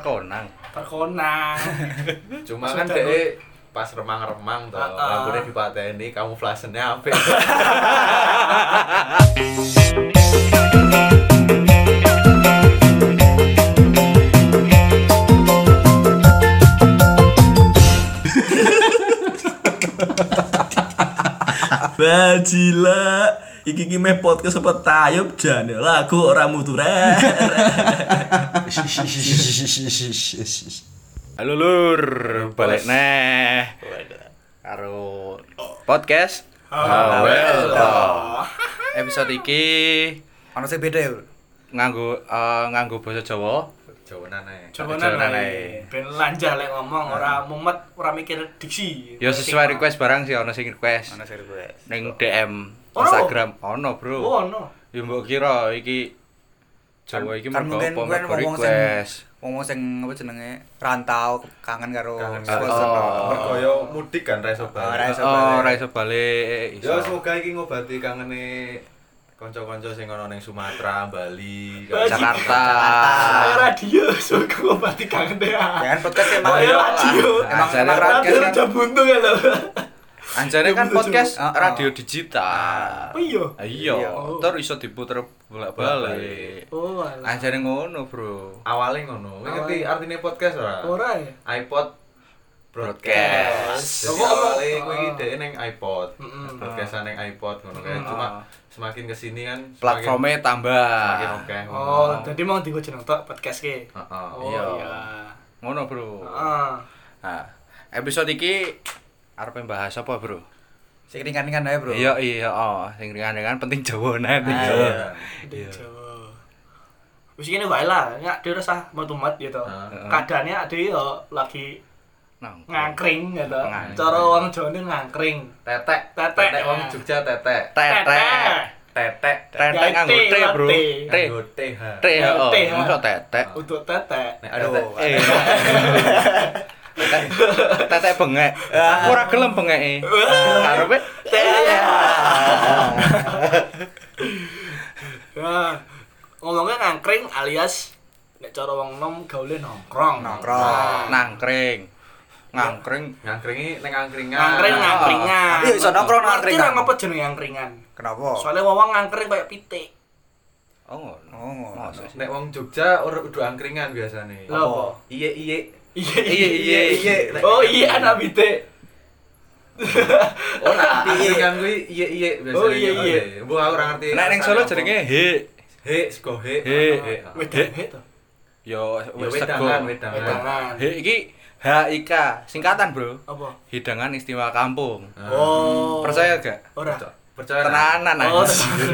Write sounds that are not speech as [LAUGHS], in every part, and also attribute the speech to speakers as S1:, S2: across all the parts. S1: terkonang
S2: [LAUGHS]
S3: terkonang
S4: Cuma kan
S3: Sudah,
S4: deh pas remang-remang toh,
S3: Ah, ah.
S4: rambutnya dipateni, kamu flasennya apa?
S2: Bajila iki ki meh podcast apa tayub jane lagu ora mutu
S3: [LAUGHS]
S2: rek.
S1: halo lur balik neh karo podcast
S3: Oh,
S1: Hawel Talk. episode iki
S5: Ono sing beda ya. Bro?
S1: nganggo eh, nganggo basa Jawa
S4: Jawaban aneh.
S3: coba
S1: Jawaban
S3: nana
S1: ae.
S3: ben lanjah lek ngomong ora mumet ora mikir diksi
S1: ya sesuai request barang sih ono sing request
S5: Ono sing request.
S1: ning DM
S3: Ono?
S1: Instagram ono bro
S3: oh no
S1: ya mbok kira iki Jawa iki
S5: Kan
S1: mergo
S5: mungkin
S1: apa
S5: kan
S1: mergo
S5: wong sing
S1: request
S5: wong sing apa jenenge rantau kangen karo
S4: Kangen
S5: swasta.
S1: Oh.
S4: Merkoyo mudik kan reso
S5: Oh,
S4: balik.
S5: reso.
S1: oh ora iso balik
S4: Ya
S1: iso
S4: semoga iki ngobati kangene kanca-kanca sing ana ning Sumatera, Bali,
S3: Bali.
S1: Jakarta
S3: Ah, radio [LAUGHS] suka ngobati kangen deh
S5: Ya
S3: ah.
S5: kan podcast emang
S3: Oh, iya, radio.
S5: Emang
S1: Ajaran
S5: emang
S3: radio
S5: podcast Ah, kan.
S3: udah buntu ya lo
S1: anjane kan
S3: Bener,
S1: podcast
S5: Cuk.
S1: radio digital Ah,
S3: oh iya
S1: iya
S5: Iya.
S1: terus iso diputer bolak-balik
S3: [LAUGHS] oh alah
S1: anjane ngono bro
S4: Awalnya ngono. Kowe ngerti
S3: Awalnya.
S4: artine podcast ora?
S3: ora ya
S4: iPod
S1: Broadcast.
S3: Apa-
S4: Jadi
S3: apa?
S4: awalnya kowe iki
S3: Ah.
S4: dhek ning iPod.
S3: Mm-mm.
S4: Broadcastan ning iPod ngono kae. Cuma semakin kesini kan semakin-
S1: platformnya tambah
S4: semakin oke. ngono.
S3: oh tadi mau digo jeneng tok podcast ke
S4: Heeh.
S3: oh
S1: iya.
S3: iya
S1: ngono bro
S3: ah
S1: nah episode iki arep bahas apa bro
S5: Sing ringan-ringan ae, Bro.
S1: iya iya oh sing ringan-ringan penting jawanan
S4: Iya.
S1: iya
S3: Di Jawa. Wis kene wae lah, nyak dhewe resah metumat ya to.
S4: Heeh.
S3: Kadane ak dhewe yo lagi
S1: Nang.
S3: ngangkring ya to.
S1: Ngangkring.
S3: Cara wong Jawa ini ngangkring.
S4: Tetek.
S3: Tetek.
S4: Tetek wong Jogja tetek.
S1: tetek
S4: Tetek.
S1: tetek nganggo
S3: Tetek,
S1: te bro te
S3: te.
S4: Nganggo TH.
S1: te oh
S3: Te, ha.
S1: masa tetek
S3: Untuk tetek.
S4: Nek
S5: Aduh.
S4: tetek-
S1: eh Tetek- tetek bengek aku ora gelem e. bengeke arepe
S3: Ya. Ngomongnya ngangkring alias nek cara wong nom gaule nongkrong.
S5: Nongkrong.
S3: Nah,
S1: nangkring ngangkring
S4: Ngangkringi ning ngangkringan.
S3: Ngangkring ngangkringan.
S5: Tapi yo iso nongkrong Oh.
S3: Ngerti ra
S5: ngangkringan.
S3: ngapa jeneng ngangkringan?
S5: Kenapa?
S3: Soalnya wong ngangkring kayak pitik.
S1: oh ngono
S5: Oh, ngono.
S1: Masa sih?
S4: Nek wong Jogja ora udah angkringan biasane.
S3: Lho apa?
S4: Iye iye.
S3: Iya
S1: Iya, iya,
S4: iya.
S3: Oh iya anak pitik.
S4: Ora angkringan kuwi iye iye biasane.
S3: Oh, iya, iya.
S4: Mbok aku ora ngerti.
S1: nek ning Solo jenenge he
S4: he sego he.
S1: He.
S4: He.
S3: Wedan he to.
S1: yo
S4: Ya
S1: wis sego
S4: wedangan wedangan.
S3: Wedangan.
S1: he iki HIK singkatan bro
S3: Apa?
S1: hidangan istimewa kampung
S3: Oh.
S1: percaya gak
S3: Ora.
S4: Percaya nek?
S1: tenanan
S3: Oh, [LAUGHS]
S1: anjir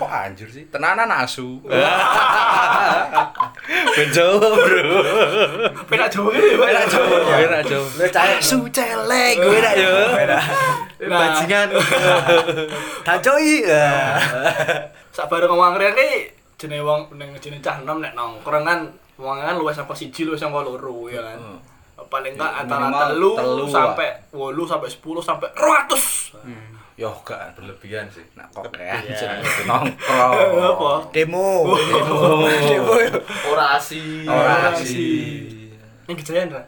S1: kok anjir sih tenanan asu ben Jawa, bro
S3: penak Jawa gitu ya, Pak?
S1: enak Jawa enak Jawa
S5: Lu cahaya su celek gue dak yo.
S3: Nah,
S5: Bajingan. Tajoi.
S3: sabar ngomong ngren iki jenenge wong ning jenenge cah enom nek nongkrong kan wong kan luwes saka siji luwes saka loro ya kan. Paling enggak antara
S1: minimal
S3: telu,
S1: telu,
S3: sampai 8 sampai 10 sampai 200.
S1: yo gak
S4: berlebihan sih.
S1: nah kok kayak nongkrong
S3: [LAUGHS] Apa? [LAUGHS]
S5: Demo. Demo. Demo. yo.
S4: Ora asi.
S1: Ora asi.
S3: Ini gejayan ra?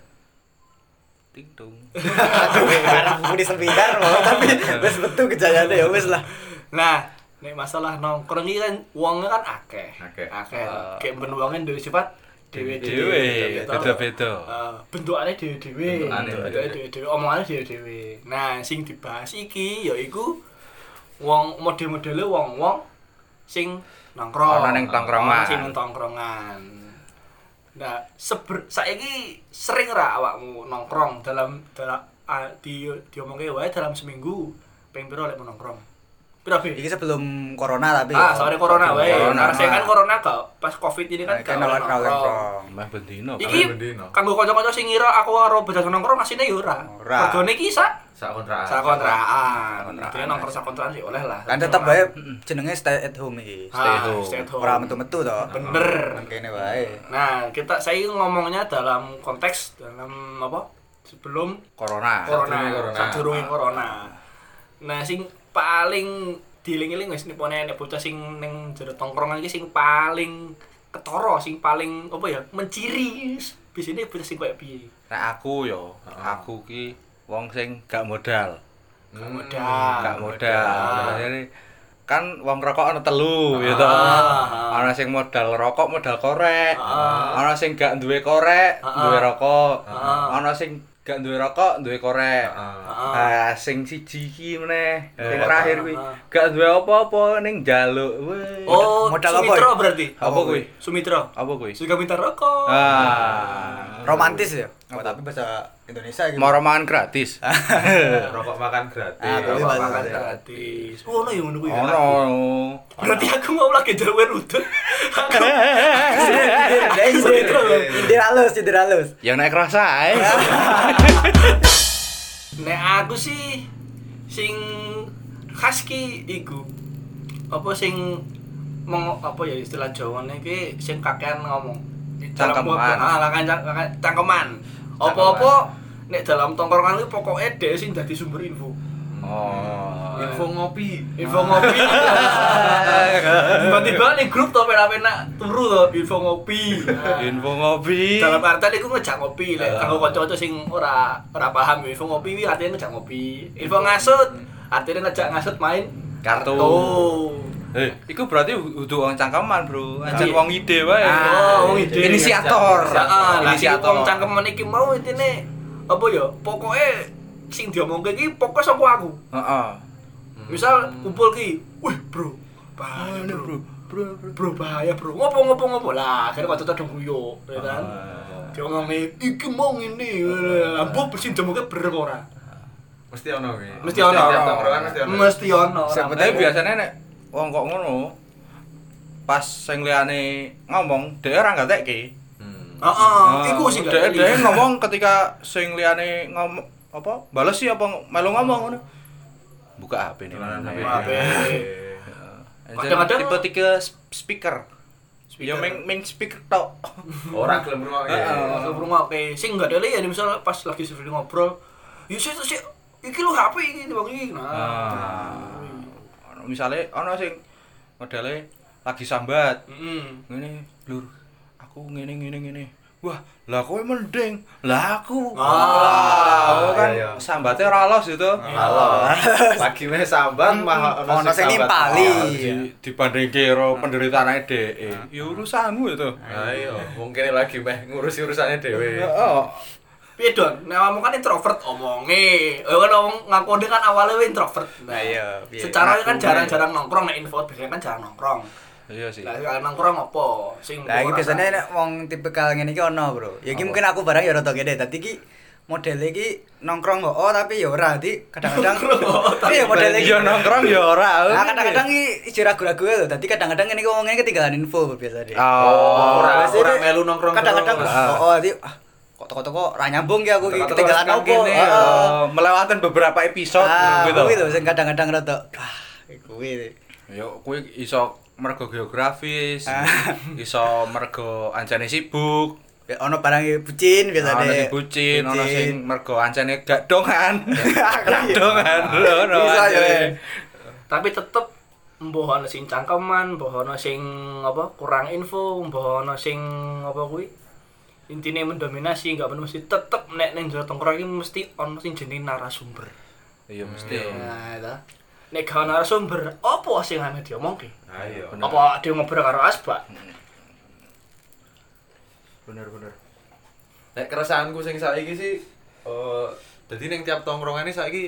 S1: tingtung
S5: Aduh, karena aku di sebentar mau [LAUGHS] tapi wis betul kejadiannya ya wis lah.
S3: Nah, nek masalah nongkrong iki kan wonge kan akeh.
S4: Akeh.
S3: Akeh.
S1: Ah.
S3: Kayak ben wonge duwe sifat
S1: dewe
S3: dhewe-dhewe.
S1: beda-beda
S3: Eh, bentukane dhewe-dhewe,
S4: Bentukane
S3: bentukane dhewe-dhewe, omongane dhewe-dhewe. Nah, sing dibahas iki yaiku wong model-modele wong-wong sing
S1: Ana
S3: nongkrong.
S1: ning tongkrongan.
S3: Ana sing ning tongkrongan. Nah, seber, saiki sering ra awakmu nongkrong dalam dalam ah, di diomongke wae dalam seminggu ping pira lek mau nongkrong? Pira Bi?
S5: Iki sebelum corona tapi.
S3: Ah, soalnya corona wae.
S1: Corona.
S3: Karena saya kan corona kok pas covid ini kan
S5: kan
S3: gak
S5: nolak
S3: nongkrong.
S1: meh bendino
S3: Iki
S4: Kalian bendino.
S3: kanggo kanca-kanca sing ngira aku karo bocah nongkrong asine yo ora.
S5: Ora.
S3: Regane iki sak
S4: Sak kontrakan.
S3: sak kontrakan. Dene nongkrong sak kontrakan sih oleh lah.
S5: Kan tetep wae jenenge stay at home iki.
S3: Ah, stay at home.
S5: Ora metu-metu to.
S3: Bener.
S5: Mangkene wae.
S3: Nah, kita saya ngomongnya dalam konteks dalam apa? Sebelum
S1: Ah, corona
S3: corona,
S4: Sadurunge corona.
S3: sadurunge corona. Nah, sing paling dieling-eling wis nipone nek bocah sing ning jero tongkrongan iki sing paling ketoro sing paling apa ya menciri biasanya bocah sing kayak piye
S1: Nah, aku yo, aku ki wong sing gak modal.
S3: gak modal
S1: gak modal. Jadi kan wong rokok ana telu ya to.
S3: Ah.
S1: Ana sing modal rokok, modal korek. Ana sing gak duwe korek, duwe rokok. Ana sing gak duwe rokok, duwe korek. Ah, sing siji ki meneh,
S3: Eh,
S1: sing terakhir kuwi gak duwe apa-apa ning njaluk. Weh.
S3: Ah, oh
S5: Modal apa,
S3: Sumitro
S5: ya?
S3: berarti
S1: Apa kuwi?
S3: Sumitro
S1: Apa kuwi?
S3: suka minta rokok
S1: Ah,
S5: Romantis ya? Oh, tapi bahasa Indonesia
S3: Ah.
S5: gitu.
S1: mau romangan gratis.
S4: Rokok makan gratis.
S5: Ah,
S3: Rokok
S5: berarti bahasa
S4: iya,
S3: makan
S5: Indonesia.
S3: gratis oh no yang ngono kuwi ya?
S1: [LAUGHS] Ono.
S3: berarti aku mau lagi jalur rutut aku
S5: Eh, Indir Indir halus, indir halus.
S1: Ya naik rasa ae.
S3: Ah. Nek aku sih sing khas ki iku apa sing meng, apa ya istilah Jawane ki sing kakean ngomong.
S1: Cangkeman.
S3: Lakan cangkeman. Apa-apa nek dalam tongkrongan ki pokoke dhek sing dadi sumber info.
S1: Oh. Ah.
S4: Info ngopi.
S3: Info
S1: [LAUGHS]
S3: ngopi. Tiba-tiba nih grup to pena-pena turu to info ngopi.
S1: Info ngopi.
S3: dalam artian aku ngejak ngopi lek kanggo kanca-kanca sing ora ora paham ya, info ngopi kuwi artinya ngejak ngopi info ngasut artinya ngejak ngasut main
S1: Kartu.
S3: Oh.
S1: Eh, iku berarti udah wong cangkeman, Bro. Anjen
S3: Iya.
S1: wong ide wae.
S3: Ah, wong ide.
S1: Inisiator.
S3: heeh lah sing
S1: Inisiator.
S3: wong cangkeman iki mau intine apa ya pokoke sing diomongke iki pokok sangko aku
S1: Heeh.
S3: misal kumpul ki wih bro bahaya bro bro bro bahaya bro ngopo ngopo ngopo lah akhirnya waktu itu ada guyo ya kan
S4: Ah.
S3: dia ngomong iki mau ngene ambo sing diomongke bener apa ora
S4: Mesti ono kuwi.
S3: Mesti ono.
S4: tiap tongkrongan mesti ono.
S3: mesti ono
S1: Sebetulnya
S3: Sampai-
S1: biasanya nek wong kok ngono pas sing liyane ngomong, dhewe ora ngatekke.
S4: Hmm.
S3: heeh
S1: Ah,
S3: Oh, iku sing
S1: dhewe dhewe ngomong ketika sing liyane ngomong apa bales sih apa melu ngomong ngono. Buka HP nih.
S4: Tulanan HP.
S3: HP.
S4: Eh.
S1: Anjen
S3: Kadang-kadang-
S1: tipe-tipe speaker. Ya ming ming speaker tok.
S4: Ora gelem rungokke.
S3: aku ngrungokke sing gak dele ya misal pas lagi sering ngobrol ya sih sih iki lu HP iki bang iki
S1: Ah.
S3: nah
S1: Ono misale ono sing modele lagi sambat.
S3: Mm-mm.
S1: Ngene, Lur. Aku ngene ngene ngene. Wah, lah kowe mending. Lah aku. Lah,
S3: Ah,
S1: kan
S4: iya, Ah, iya.
S1: sambate ora los itu.
S4: Halo. Lagi meh sambat mah
S5: Ono sing
S4: sambat.
S5: nimpali.
S1: Di- Dibanding karo penderitaane dheke. Ya urusanmu itu.
S4: Ayo, mungkin lagi meh ngurusi urusannya dhewe.
S1: Heeh.
S3: piye don nek kamu kan introvert omonge eh kan ngomong ngaku dia kan awalnya weh introvert nah
S5: Iya, piye.
S3: secara kan
S1: Ngaku,
S3: jarang-jarang nongkrong nek info biasanya kan jarang nongkrong
S1: Iya sih.
S3: lah kalau nongkrong apa sing
S5: Lah iki
S3: nongkrong
S5: biasane
S3: rasa-
S5: nek wong tipikal ngene iki ono, Bro. Ya iki mungkin aku barang ya rada gede, dadi iki modele iki nongkrong kok oh tapi ya ora dadi kadang-kadang
S4: oh,
S5: iya modele iki
S1: Yo nongkrong yo ora.
S5: Nah, kadang-kadang iki ijo ragu-ragu ya lho. Dadi kadang-kadang ngene iki wong ngene ketinggalan info biasa deh.
S1: Oh.
S4: Ora-
S5: biasa
S4: ora
S5: deh.
S4: melu nongkrong
S5: Kadang-kadang
S4: terus.
S5: oh, oh dadi ah, kok toko-toko ra nyambung ya aku iki
S4: Toko-toko
S5: ketinggalan
S4: kan
S5: opo.
S4: gini,
S5: Heeh.
S1: Eh, melewatan beberapa episode
S5: Ah,
S1: gitu.
S5: kuwi lho sing kadang-kadang rada ah kuwi.
S1: Ya kuwi iso mergo geografis, iso mergo ancane sibuk,
S5: Ya, ono barang yang bucin biasa
S1: ana
S5: deh.
S1: sing bucin, ana
S5: Iya.
S1: sing mergo ancane gak
S5: [LAUGHS]
S1: dongan. Gak dongan, ono. e.
S5: Bisa ya,
S1: ancane.
S5: Ren.
S3: tapi tetep mbuh ana sing cangkeman, mbuh ana sing apa kurang info, mbuh ana sing apa kuwi. Intine mendominasi, enggak mesti tetep nek ning jero tongkrong iki mesti ana sing jenenge narasumber.
S1: Iya mesti.
S3: Nah, itu. Nek gak ana narasumber, apa sing ana diomongke?
S4: Ayo.
S3: Apa dia ngobrol karo asbak?
S4: bener bener nek keresahanku sing saiki sih eh dadi ning tiap tongkrongan iki saiki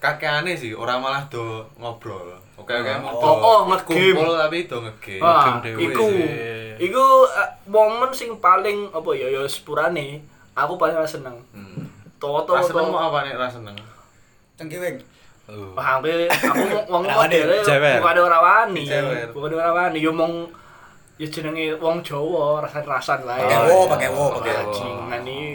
S4: kakeane sih ora malah do ngobrol oke oke mau do
S3: Oh, oh, nge-game.
S4: kumpul tapi do ngegame
S3: Wah,
S1: Game dewe
S3: iku
S1: sih.
S3: iku eh, momen sing paling apa ya ya sepurane aku paling ora seneng.
S4: hmm.
S3: Toto
S4: Ra seneng
S3: to.
S4: mau apa nek ra seneng
S5: Cengkiwing.
S1: Oh.
S3: Wah, aku aku wong
S5: Rawan deh,
S3: modele
S1: jewer.
S3: bukan ada ora wani.
S4: Jewer.
S3: Bukan ora wani yo mong ya jenenge wong Jawa rasan-rasan lah
S5: Pakai
S3: ya.
S5: wo, pakai wo, pakai wo.
S3: Bajingan iki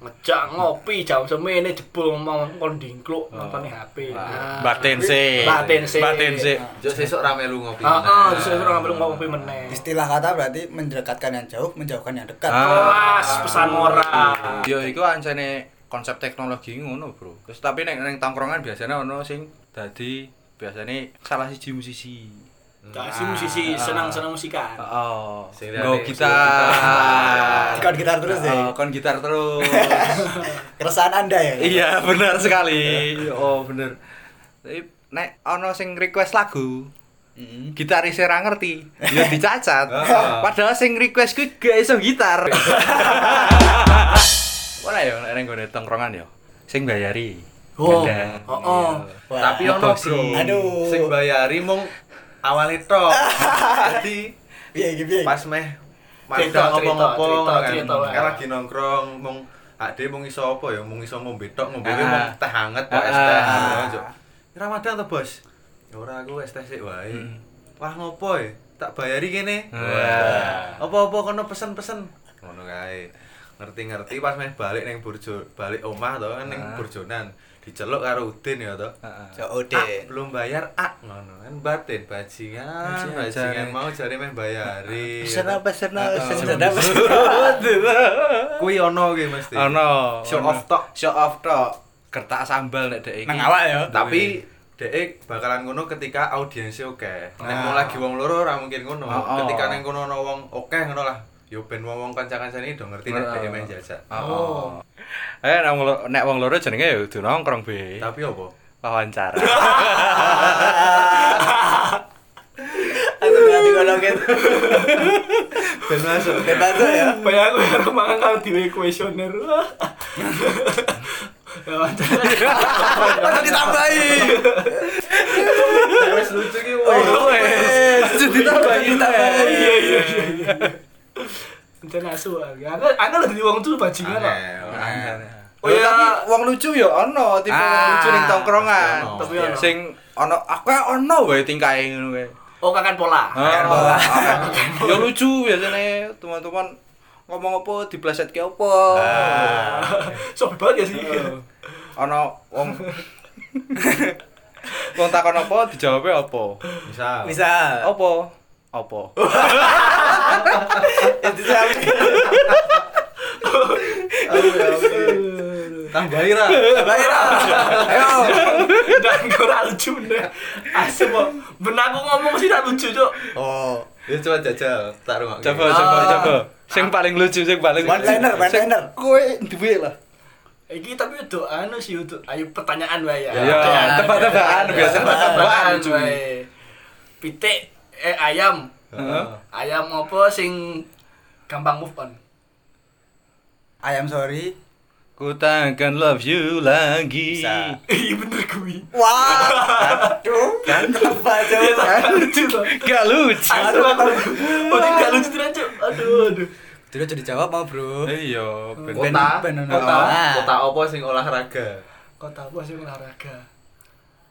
S3: ngejak ngopi jam semene jebul ngomong kon dingkluk nonton
S1: Oh.
S3: HP.
S5: Ah.
S1: Batin sih.
S3: Batin sih.
S1: Batin sih.
S4: yo sesuk ra melu ngopi
S3: Heeh,
S4: meneh.
S3: terus saya suruh ngambil ngopi meneh.
S5: Istilah kata berarti mendekatkan yang jauh, menjauhkan yang dekat.
S3: Kelas pesan moral.
S1: Ya iku ancane konsep teknologi ngono, Bro. Terus tapi nek ning tongkrongan biasanya ono sing dadi biasane salah siji musisi.
S3: Nah, si musisi
S1: Ah.
S3: senang-senang musikan.
S5: Ah.
S1: Oh,
S4: Sing
S1: nggo
S4: liane,
S1: gitar.
S5: Kon gitar terus ya?
S1: Oh, kon gitar terus.
S5: [LAUGHS] Keresahan Anda ya?
S1: iya, benar sekali. [LAUGHS] Oh, benar. Tapi nek ana sing request lagu, gitaris ora ngerti, ya [LAUGHS] dicacat.
S4: Heeh.
S1: Padahal sing request kuwi gak iso gitar. [LAUGHS] Ora ya nek nang nggone tongkrongan ya. Sing bayari.
S3: Oh,
S1: Kadang.
S3: oh,
S5: Wah.
S4: Tapi ono
S1: Ngebosi.
S4: bro.
S5: Aduh.
S4: Sing bayari mung awalnya
S3: [LAUGHS]
S4: tok. Jadi
S5: Iya, iya, iya.
S4: pas meh
S3: Cerita,
S4: cerita ngomong
S3: cerita,
S4: apa
S3: cerita,
S4: ngono kan.
S3: cerita, wae.
S4: Kan lagi nongkrong mung ade mung iso apa ya mung iso ngombe tok ngombe ki
S1: Ah.
S4: mung teh hangat kok es
S1: Ah.
S4: teh. ngono, Cuk. Ramadan to, Bos? Ya ora aku es teh sik wae. Wah ngopo e? Tak bayari kene.
S1: Ah.
S4: Wah. Apa-apa kono pesen-pesen. Ngono kae. Ngerti-ngerti pas meh balik ning burjo, balik omah to kan ning burjonan. Diceluk karo Udin ya to.
S5: So,
S4: Ah,
S5: Udin.
S4: belum bayar ah ngono kan batin bajingan
S1: Bajingan, jare.
S4: bajingan mau jare meh bayari
S5: Senang, Pak, senang,
S4: Heeh.
S5: senang, Pak.
S4: kuwi ono ki mesti
S1: Ono.
S4: Show
S1: ono.
S4: off tok.
S1: Show off tok. Kertas sambal nek dek iki.
S5: Nang awak ya?
S4: tapi dhek bakalan ngono ketika audiensnya oke nek mau lagi wong loro ora mungkin ngono
S1: Oh, oh.
S4: ketika neng kono ono wong oke ngono lah yo ben wong wong kanca-kancane do ngerti nek
S1: Oh.
S4: dhek meh jajak
S1: Oh. Eh nek wong loro- nek wong loro jenenge ya kudu nongkrong be.
S4: tapi opo
S1: [LAUGHS] Wawancara.
S5: Aku berarti kalau gitu.
S4: [LAUGHS] ben masuk
S5: Ben masuk ya?
S3: Kayak aku yang kemarin kalau di [LAUGHS] questioner. Ya, wawancara.
S5: Aku ditambahin.
S4: wis lucu ki woi
S1: Oh, Wes, ditambahin
S3: Iya, iya, iya, iya. Rencana asu, ya. Aku aku lagi di wong tuh bajingan lah.
S1: Oh iya, tapi wong lucu ya ono, tipe wong
S5: Ah,
S1: lucu ning tongkrongan.
S4: pasti ono.
S1: Tapi
S3: Pasti ono.
S1: sing ono aku ya ono wae tingkahe ngono wae.
S3: Oh, kakan pola.
S1: Ah, Ya lucu biasanya teman-teman ngomong apa dipleset ke apa.
S4: Ah.
S3: [LAUGHS] Sobi banget ya sih.
S1: Ono wong Wong takon apa dijawabnya apa?
S4: misal
S5: Bisa.
S1: Apa? Apa?
S5: Itu siapa?
S4: tambahi ra [LAUGHS]
S5: Baik lah. Ayo.
S3: Dan gue ra lucu deh. Asu kok. Ben aku ngomong sih ra lucu, Cok.
S5: Oh.
S4: ya coba jajal tak rungokke
S1: Coba coba coba. Sing paling lucu, sing paling
S5: Ah. One liner, one
S1: Sing-
S5: liner.
S1: Kowe duwe lah.
S3: Iki tapi untuk anu sih untuk ayo pertanyaan wae ya.
S1: Ya,
S3: Pertanyaan,
S1: tebak-tebakan,
S3: pertanyaan,
S1: biasa tebak-tebakan,
S3: tebak-tebakan
S1: cuy.
S3: wae. Pitik eh ayam.
S4: Heeh.
S3: Ayam apa sing gampang move on?
S5: Ayam sorry.
S1: Ku takkan love you lagi.
S5: Bisa.
S3: [LAUGHS] Iya bener [LAUGHS] kuwi.
S5: Wah. Aduh. Kenapa coba?
S3: Gak Ah, lucu loh.
S1: Gak lucu.
S3: Aduh, aku. Oh, ini gak lucu tenan, Cuk. Aduh, aduh.
S5: Dulu jadi jawab mau bro.
S1: Iya,
S5: Ben-
S4: kota
S5: ben- ben-
S4: kota
S5: ah.
S4: kota opo sing olahraga
S3: Kota apa sih olahraga?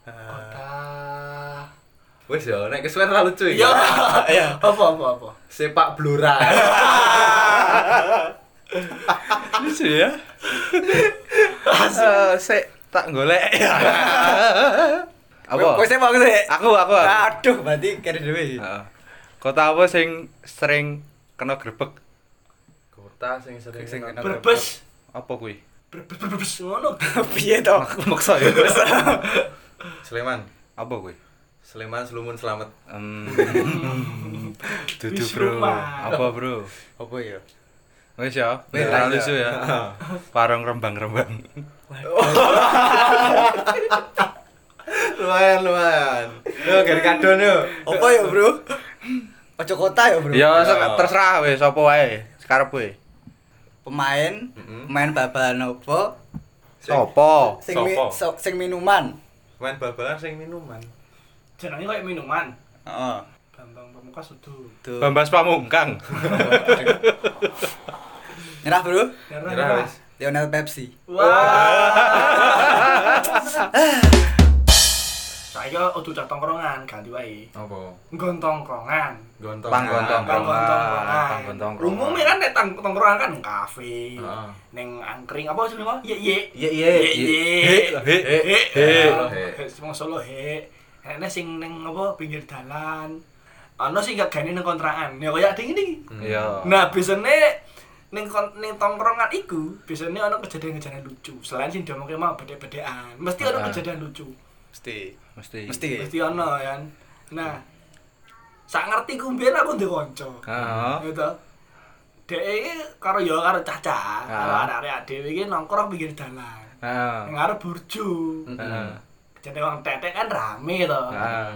S3: Eh. Kota.
S4: wis ya nek kesuwen ra lucu
S5: Iya.
S4: iki.
S3: Ya. Apa apa apa?
S4: sepak
S1: [LAUGHS]
S4: blora
S1: lucu ya. Eh, Sik tak
S5: [LAUGHS]
S1: golek. Apa?
S5: Kau saya mau sih.
S1: Aku aku. aku.
S5: Ah, Aduh, berarti kiri dewe.
S1: Heeh. Kota apa sing sering kena grebek?
S4: kota sing sering
S1: Sing kena grebek.
S3: Berbes.
S1: Apa kuwi?
S3: Berbes berbes ngono. [LAUGHS]
S5: Piye Iya, toh?
S1: Aku maksa ya.
S4: Sleman
S1: Apa kuwi?
S4: Sleman Selumun Slamet
S5: [LAUGHS]
S1: Em,
S3: Wis
S1: Dudu bro.
S3: rumah.
S1: Apa bro?
S5: Apa ya?
S1: Wis ya,
S5: Wis
S1: ora
S5: lah,
S1: lucu ya. Parang rembang-rembang.
S4: [LAUGHS] lumayan lumayan yo gari kadon yo
S1: Oh,
S5: Apa ya bro? Ojo kota ya bro?
S1: Ya se- terserah wis apa wae. Sekarep kowe.
S5: Pemain, pemain babalan apa?
S1: Sopo?
S5: Sing, mi-
S4: Sopo?
S5: so- sing minuman.
S4: main bal-balan sing minuman
S3: Jenenge kayak minuman.
S5: Heeh.
S3: Bambang Pamungkas itu.
S5: Tuh.
S1: Bambas Pamungkang.
S5: [LAUGHS] Nyerah bro?
S4: kira wis
S5: Lionel Pepsi.
S3: [LAUGHS] Saya udah cah tongkrongan ganti wae.
S4: apa
S3: Nggon tongkrongan.
S4: gontong
S1: Panggontong. Ah,
S3: Tongkrongan,
S1: Tongkrongan,
S3: tongkrongan.
S1: tongkrongan.
S3: Umumnya kan nek tang- tongkrongan kan kafe,
S4: Heeh.
S3: neng angkring apa sih namanya? Ye ye.
S1: Ye, ye.
S3: Ye
S1: He, he,
S3: ye.
S1: he,
S4: he.
S3: He. Semua solo he. Enak sing neng apa pinggir dalan. Ono sing gak gane neng kontrakan. Ya kaya ding ini.
S4: Hmm.
S1: Iya.
S3: Nah, biasanya ning kon- ning tongkrongan iku biasanya ono kejadian-kejadian lucu. Selain sing diomongke mau bedhe-bedhean, mesti ono
S1: Ah.
S3: kejadian lucu.
S5: Mesti.
S1: Mesti.
S5: Mesti.
S3: Mesti ono kan. Nah, sak ngerti ku mbiyen aku ndek kanca.
S1: Heeh.
S3: Gitu. Dek iki karo ya karo caca, karo
S1: Ah.
S3: arek-arek dhewe iki nongkrong pinggir dalan.
S1: Heeh.
S3: Nang arep burju.
S1: Heeh.
S3: Jadi wong tetek kan rame to.
S1: Heeh.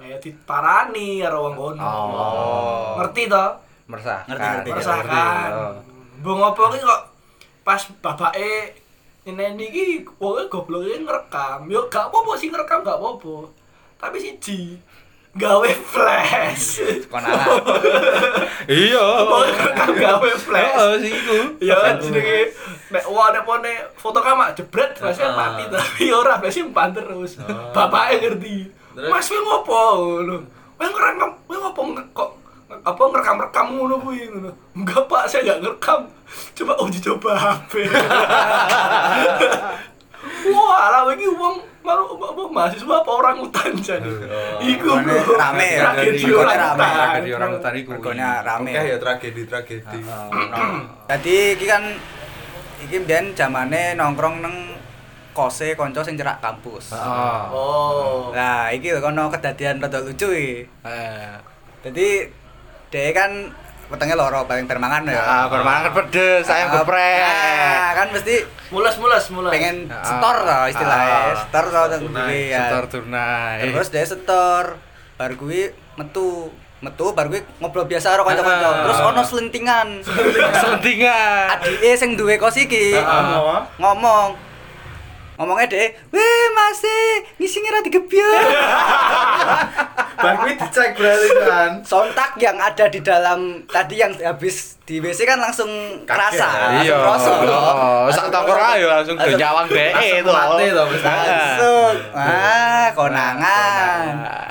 S3: Lah ya diparani karo wong kono.
S1: Oh.
S3: Ngerti to?
S1: Meresahkan.
S2: Ngerti, ngerti,
S1: Oh.
S3: Merasakan. Mbok opo ki kok pas babake ini iki wong goblok iki ngerekam. Yo gak apa-apa sih ngerekam gak apa-apa. Tapi siji gawe flash.
S1: Kon ala.
S3: [LAUGHS]
S1: Iya.
S3: Wong ngerekam gawe flash.
S1: Heeh, sih iku.
S3: Ya kan jenenge nek wah nek pone foto kamak jebret flashnya mati tapi ora flashnya empan terus. Bapaknya ngerti.
S4: Terus?
S3: Mas kowe ngopo ngono? Kowe ngerekam, kowe ngopo nge- kok nge- apa ngerekam-rekam ngono kuwi ngono. Enggak Pak, saya enggak ngerekam. Coba uji coba HP. Wah, lah iki wong malu apa mahasiswa apa orang hutan jadi. [LAUGHS] Iku
S5: Rame,
S3: bro.
S5: rame,
S1: ya,
S3: tragedi
S5: rame,
S3: orang
S5: rame,
S3: hutan.
S1: Tragedi orang hutan iku.
S5: Mergonya rame.
S4: Oke ya tragedi-tragedi.
S1: Ah,
S5: Tadi iki kan iki mbiyen zamane nongkrong neng kose kanca sing cerak kampus.
S1: Heeh.
S3: Oh.
S5: Nah, iki lho kono kedadian rada lucu iki.
S1: Heeh.
S5: Jadi dhek kan wetenge loro paling permangan ya.
S1: Ah, permangan pedes, ayam
S5: Nah,
S1: geprek.
S5: kan mesti
S3: Mulas mulas mulas.
S5: pengen
S1: Ah.
S5: setor lah istilahnya
S1: Ah.
S5: setor tau tentang
S4: tunai,
S5: duwe, ya.
S1: Setor tunai.
S5: terus dia setor bar gue metu metu bar gue ngobrol biasa karo kanca-kanca
S1: Ah.
S5: terus ono selentingan
S1: selentingan.
S5: adike sing duwe kos iki
S1: Ah.
S5: ngomong ngomongnya deh, weh masih ngisingnya rada gebyek
S4: Bangkuit dicek berarti kan.
S5: sontak yang ada di dalam tadi yang habis di WC kan langsung kerasa
S1: Iya.
S5: langsung kerasa loh.
S1: Oh, sak
S5: Langsung
S1: tongkrong
S5: kerasa.
S1: ayo langsung do nyawang dhek itu.
S4: mati to, Mas.
S5: langsung ah konangan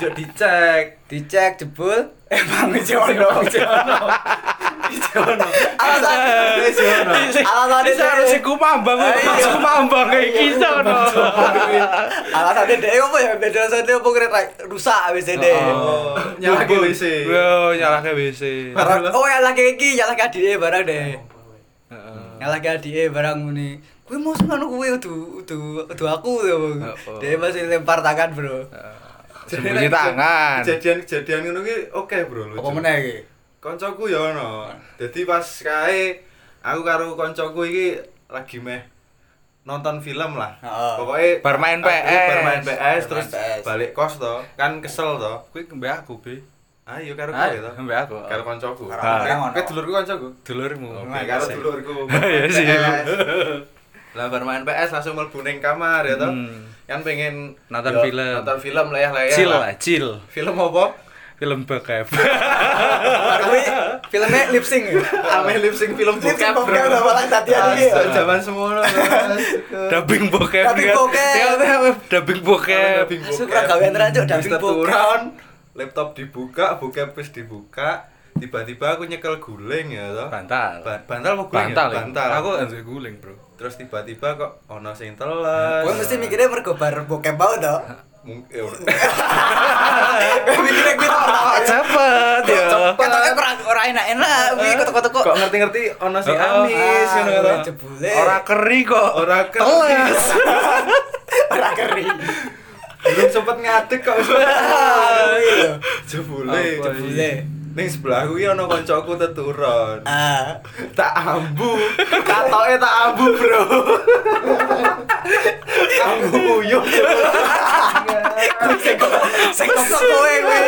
S4: Jok dicek.
S5: dicek jebul Eh, emang wis ono alasan
S4: Wis ono.
S5: alasan
S1: Ini harus iku mambang,
S5: Ayo.
S1: iku mambang kayak gitu
S5: iya. alasan dhek opo ya beda sate opo kira ra- rusak wis dhek
S4: Oh, nyalake WC.
S1: Yo, nyalahke WC.
S5: Barang- oh ya lagi iki ya lagi adike barang deh ya lagi adike barang ngene kuwi mau ngono kuwi udu udu udu aku ya Bang.
S1: Apa?
S5: Dhek masih lempar tangan bro
S1: Sembunyi tangan.
S4: Kejadian-kejadian ngono ki oke, Bro. lucu.
S5: apa meneh iki
S4: Koncoku ya ono. Dadi pas kae aku karo koncoku iki lagi meh nonton film lah.
S5: Heeh.
S4: Pokoknya
S1: Bar main
S4: aku
S1: PS.
S4: bar main PS terus
S5: PS.
S4: balik kos to. Kan kesel to.
S1: Kuwi mbak aku, Bi.
S4: Ayo karo kowe
S1: Ayo,
S4: ya to.
S1: mbak Ah, aku. Oh.
S4: Karo koncoku.
S5: Karo
S4: Oke,
S5: koncoku.
S4: Oke, dulurku koncoku.
S1: Dulurmu.
S4: Oke, karo
S5: sih. [LAUGHS]
S4: dulurku.
S1: [LAUGHS] Iya sih.
S4: PS. Lah bar main PS langsung mlebu ning kamar ya to.
S1: Hmm.
S4: Kan pengen
S1: Nonton
S4: yo,
S1: film.
S4: Nonton film layah-layah.
S1: Chill
S4: lah. ya.
S1: lah, chill.
S4: Film apa?
S1: Film bokep. [LAUGHS]
S5: kuwi filmnya lip sync ya
S4: Ame lip sync film
S5: Lip sync
S4: bokep. bro.
S5: bokep lah, malah tadian ini ya.
S4: Astaga, Zaman semono. Bro.
S1: Dubbing bokep.
S5: Dubbing
S1: kan.
S5: bokep.
S1: Tengok, tengok, Dubbing bokep.
S4: Dubbing bokep.
S5: Suka gawean rancuk, dubbing
S4: Wis
S5: bokep.
S4: teturan, laptop dibuka, bokep wis dibuka, tiba-tiba aku nyekel guling ya toh.
S1: Bantal.
S4: Ba- bantal apa guling? ya?
S1: Bantal. ya?
S4: bantal.
S1: Aku anjir guling, Bro.
S4: terus tiba-tiba kok ono sing teles.
S5: Gue mesti mikirnya mergo bar bokep bau to.
S4: Mung- ya udah.
S5: Gue mikirnya gue tau
S1: [LAUGHS] Kok cepet ya.
S5: Katanya pernah orang enak-enak, gue ketok-ketok
S4: Kok ngerti-ngerti ono sing
S1: Oh, oh.
S4: amis ngono ya toh.
S5: jebule.
S1: Ora keri kok.
S4: Ora keri.
S1: Teles.
S5: Ora kering.
S4: Belum sempet ngadeg kok. Jebule,
S1: Apa
S5: Jebule.
S4: jebule. Ning sebelahku iki ono koncoku teturon.
S5: Ah,
S4: tak ambu katoke tak ambu bro ambu puyuh
S5: sing kok kowe kowe.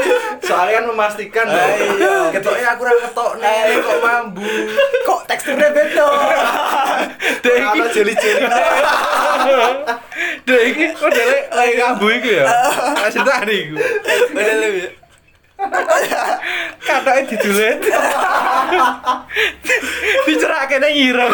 S4: soalnya kan memastikan
S5: Ah,
S4: dong
S5: iya.
S4: ketoknya aku kurang ketok
S5: Ah,
S4: nih
S5: iya.
S4: kok mambu
S5: Kok teksturnya beda.
S1: Dek iki
S4: kalau jeli jeli
S1: Dek iki modele lek kambu iku ya. Ceritane iku.
S5: Model ya.
S1: Katoke didulet. Dicerake nang ireng.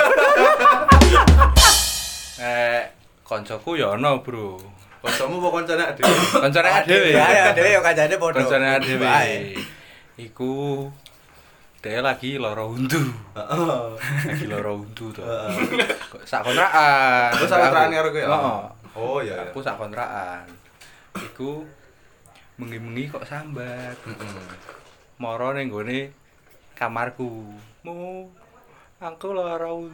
S1: Eh, koncoku ya ono, Bro.
S4: kocokmu mau koncone ade
S1: Koncone dhewe.
S5: Ya ya dhewe yo kancane padha.
S1: Koncone dhewe. Iku dia lagi loro untu. Lagi loro untu to. Kok Sak kontrakan.
S4: aku sama terang karo kowe
S1: Heeh.
S4: oh iya iya.
S1: Aku sak kontrakan. Iku mengi-mengi kok sambat. Moro ning gone kamarku. Mu Aku lara utuh.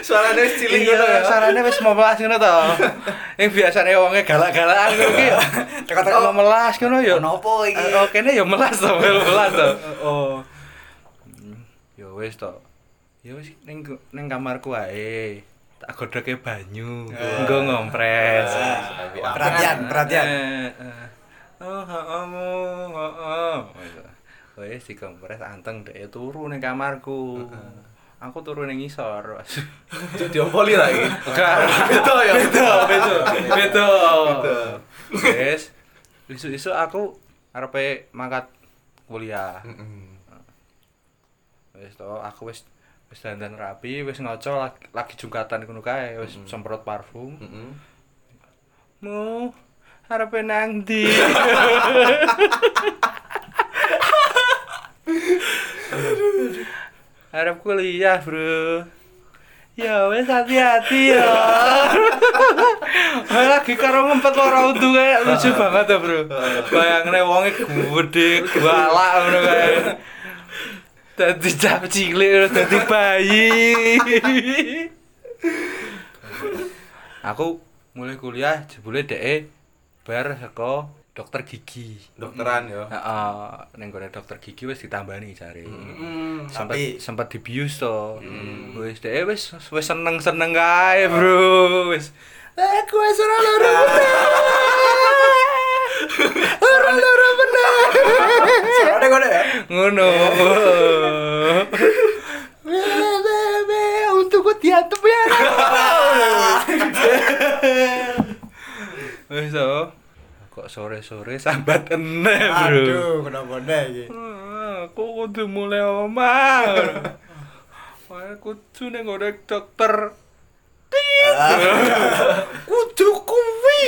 S1: Suarane wis cilik ngono ya. Suarane wis memelas ngono to. Yang biasane wonge galak-galakan ngono ki ya. Teko-teko melas ngono ya.
S5: Ono apa iki?
S1: Eh, Oh, kene ya melas to, melu [LAUGHS] melas to. Oh. Hmm, Ya wis to. Ya wis ning ning kamarku ae. Tak godhoke banyu. Engko ngompres.
S5: Perhatian, perhatian.
S1: Eh, eh. Oh, kamu, oh, oh. Wes dikompres anteng dhek turu ning kamarku. Aku turu ning isor.
S4: Diompoli lah iki.
S1: Enggak. Beto ya. Beto, beto. Beto. Wes. Isu-isu aku arepe mangkat kuliah. Wis to, aku wis wis dandan rapi, wis ngoco lagi, lagi jungkatan ngono kae, wis semprot parfum. Mu arepe nang ndi? Harap kuliah, Bro. Ya wes hati-hati [LAUGHS] ya. lagi karo ngempet ora utuh kayak [LAUGHS] lucu banget ya, Bro. Bayangne wonge gede, galak ngono kae. Dadi cap cilik, dadi bayi. Aku mulai kuliah jebule dhek e, bar saka dokter gigi.
S4: Dokteran ya.
S1: Heeh, ning gone dokter gigi wis ditambani jare.
S3: Hmm.
S1: sempat
S5: Tapi-
S1: sempat dibius to. Wis deh wis wis seneng-seneng kae, Bro. Wis aku wis ora lara bener. Ora lara bener.
S5: Sarane ngono ya.
S1: Ngono. Be, be, be, Untukku diatep ya. Wis to. Kok sore-sore sambat eneh, Bro.
S5: Aduh, kenapa ndek iki?
S1: Ah, aku kudu mulai omah Wah, kudu ning ngone dokter kudu kuwi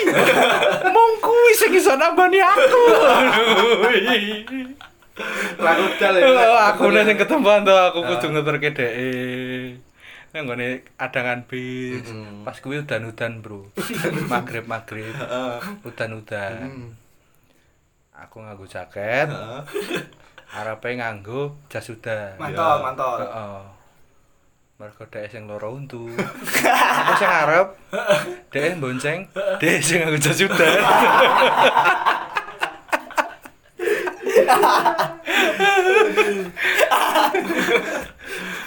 S1: mong kuwi sing iso nambani aku
S4: Lagu dal
S1: Oh, aku Ah. nih yang ketempat tuh aku kudu ngeterke dheke nang ngone adangan bis
S4: Mm-mm.
S1: pas kuwi udan-udan [LAUGHS] bro maghrib maghrib udan-udan aku nganggo jaket arepe nganggo jas udan Iya.
S3: Mantol, mantol.
S1: Heeh. Mergo dhek sing loro untu. Aku sing arep. Dhek bonceng, dhek sing aku jas udan.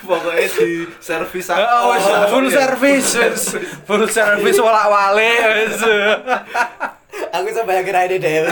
S4: Pokoknya di servis aku.
S1: Heeh, wis full service, wis full [LAUGHS] service walak-walik wis.
S5: Aku iso bayangin ae dhewe.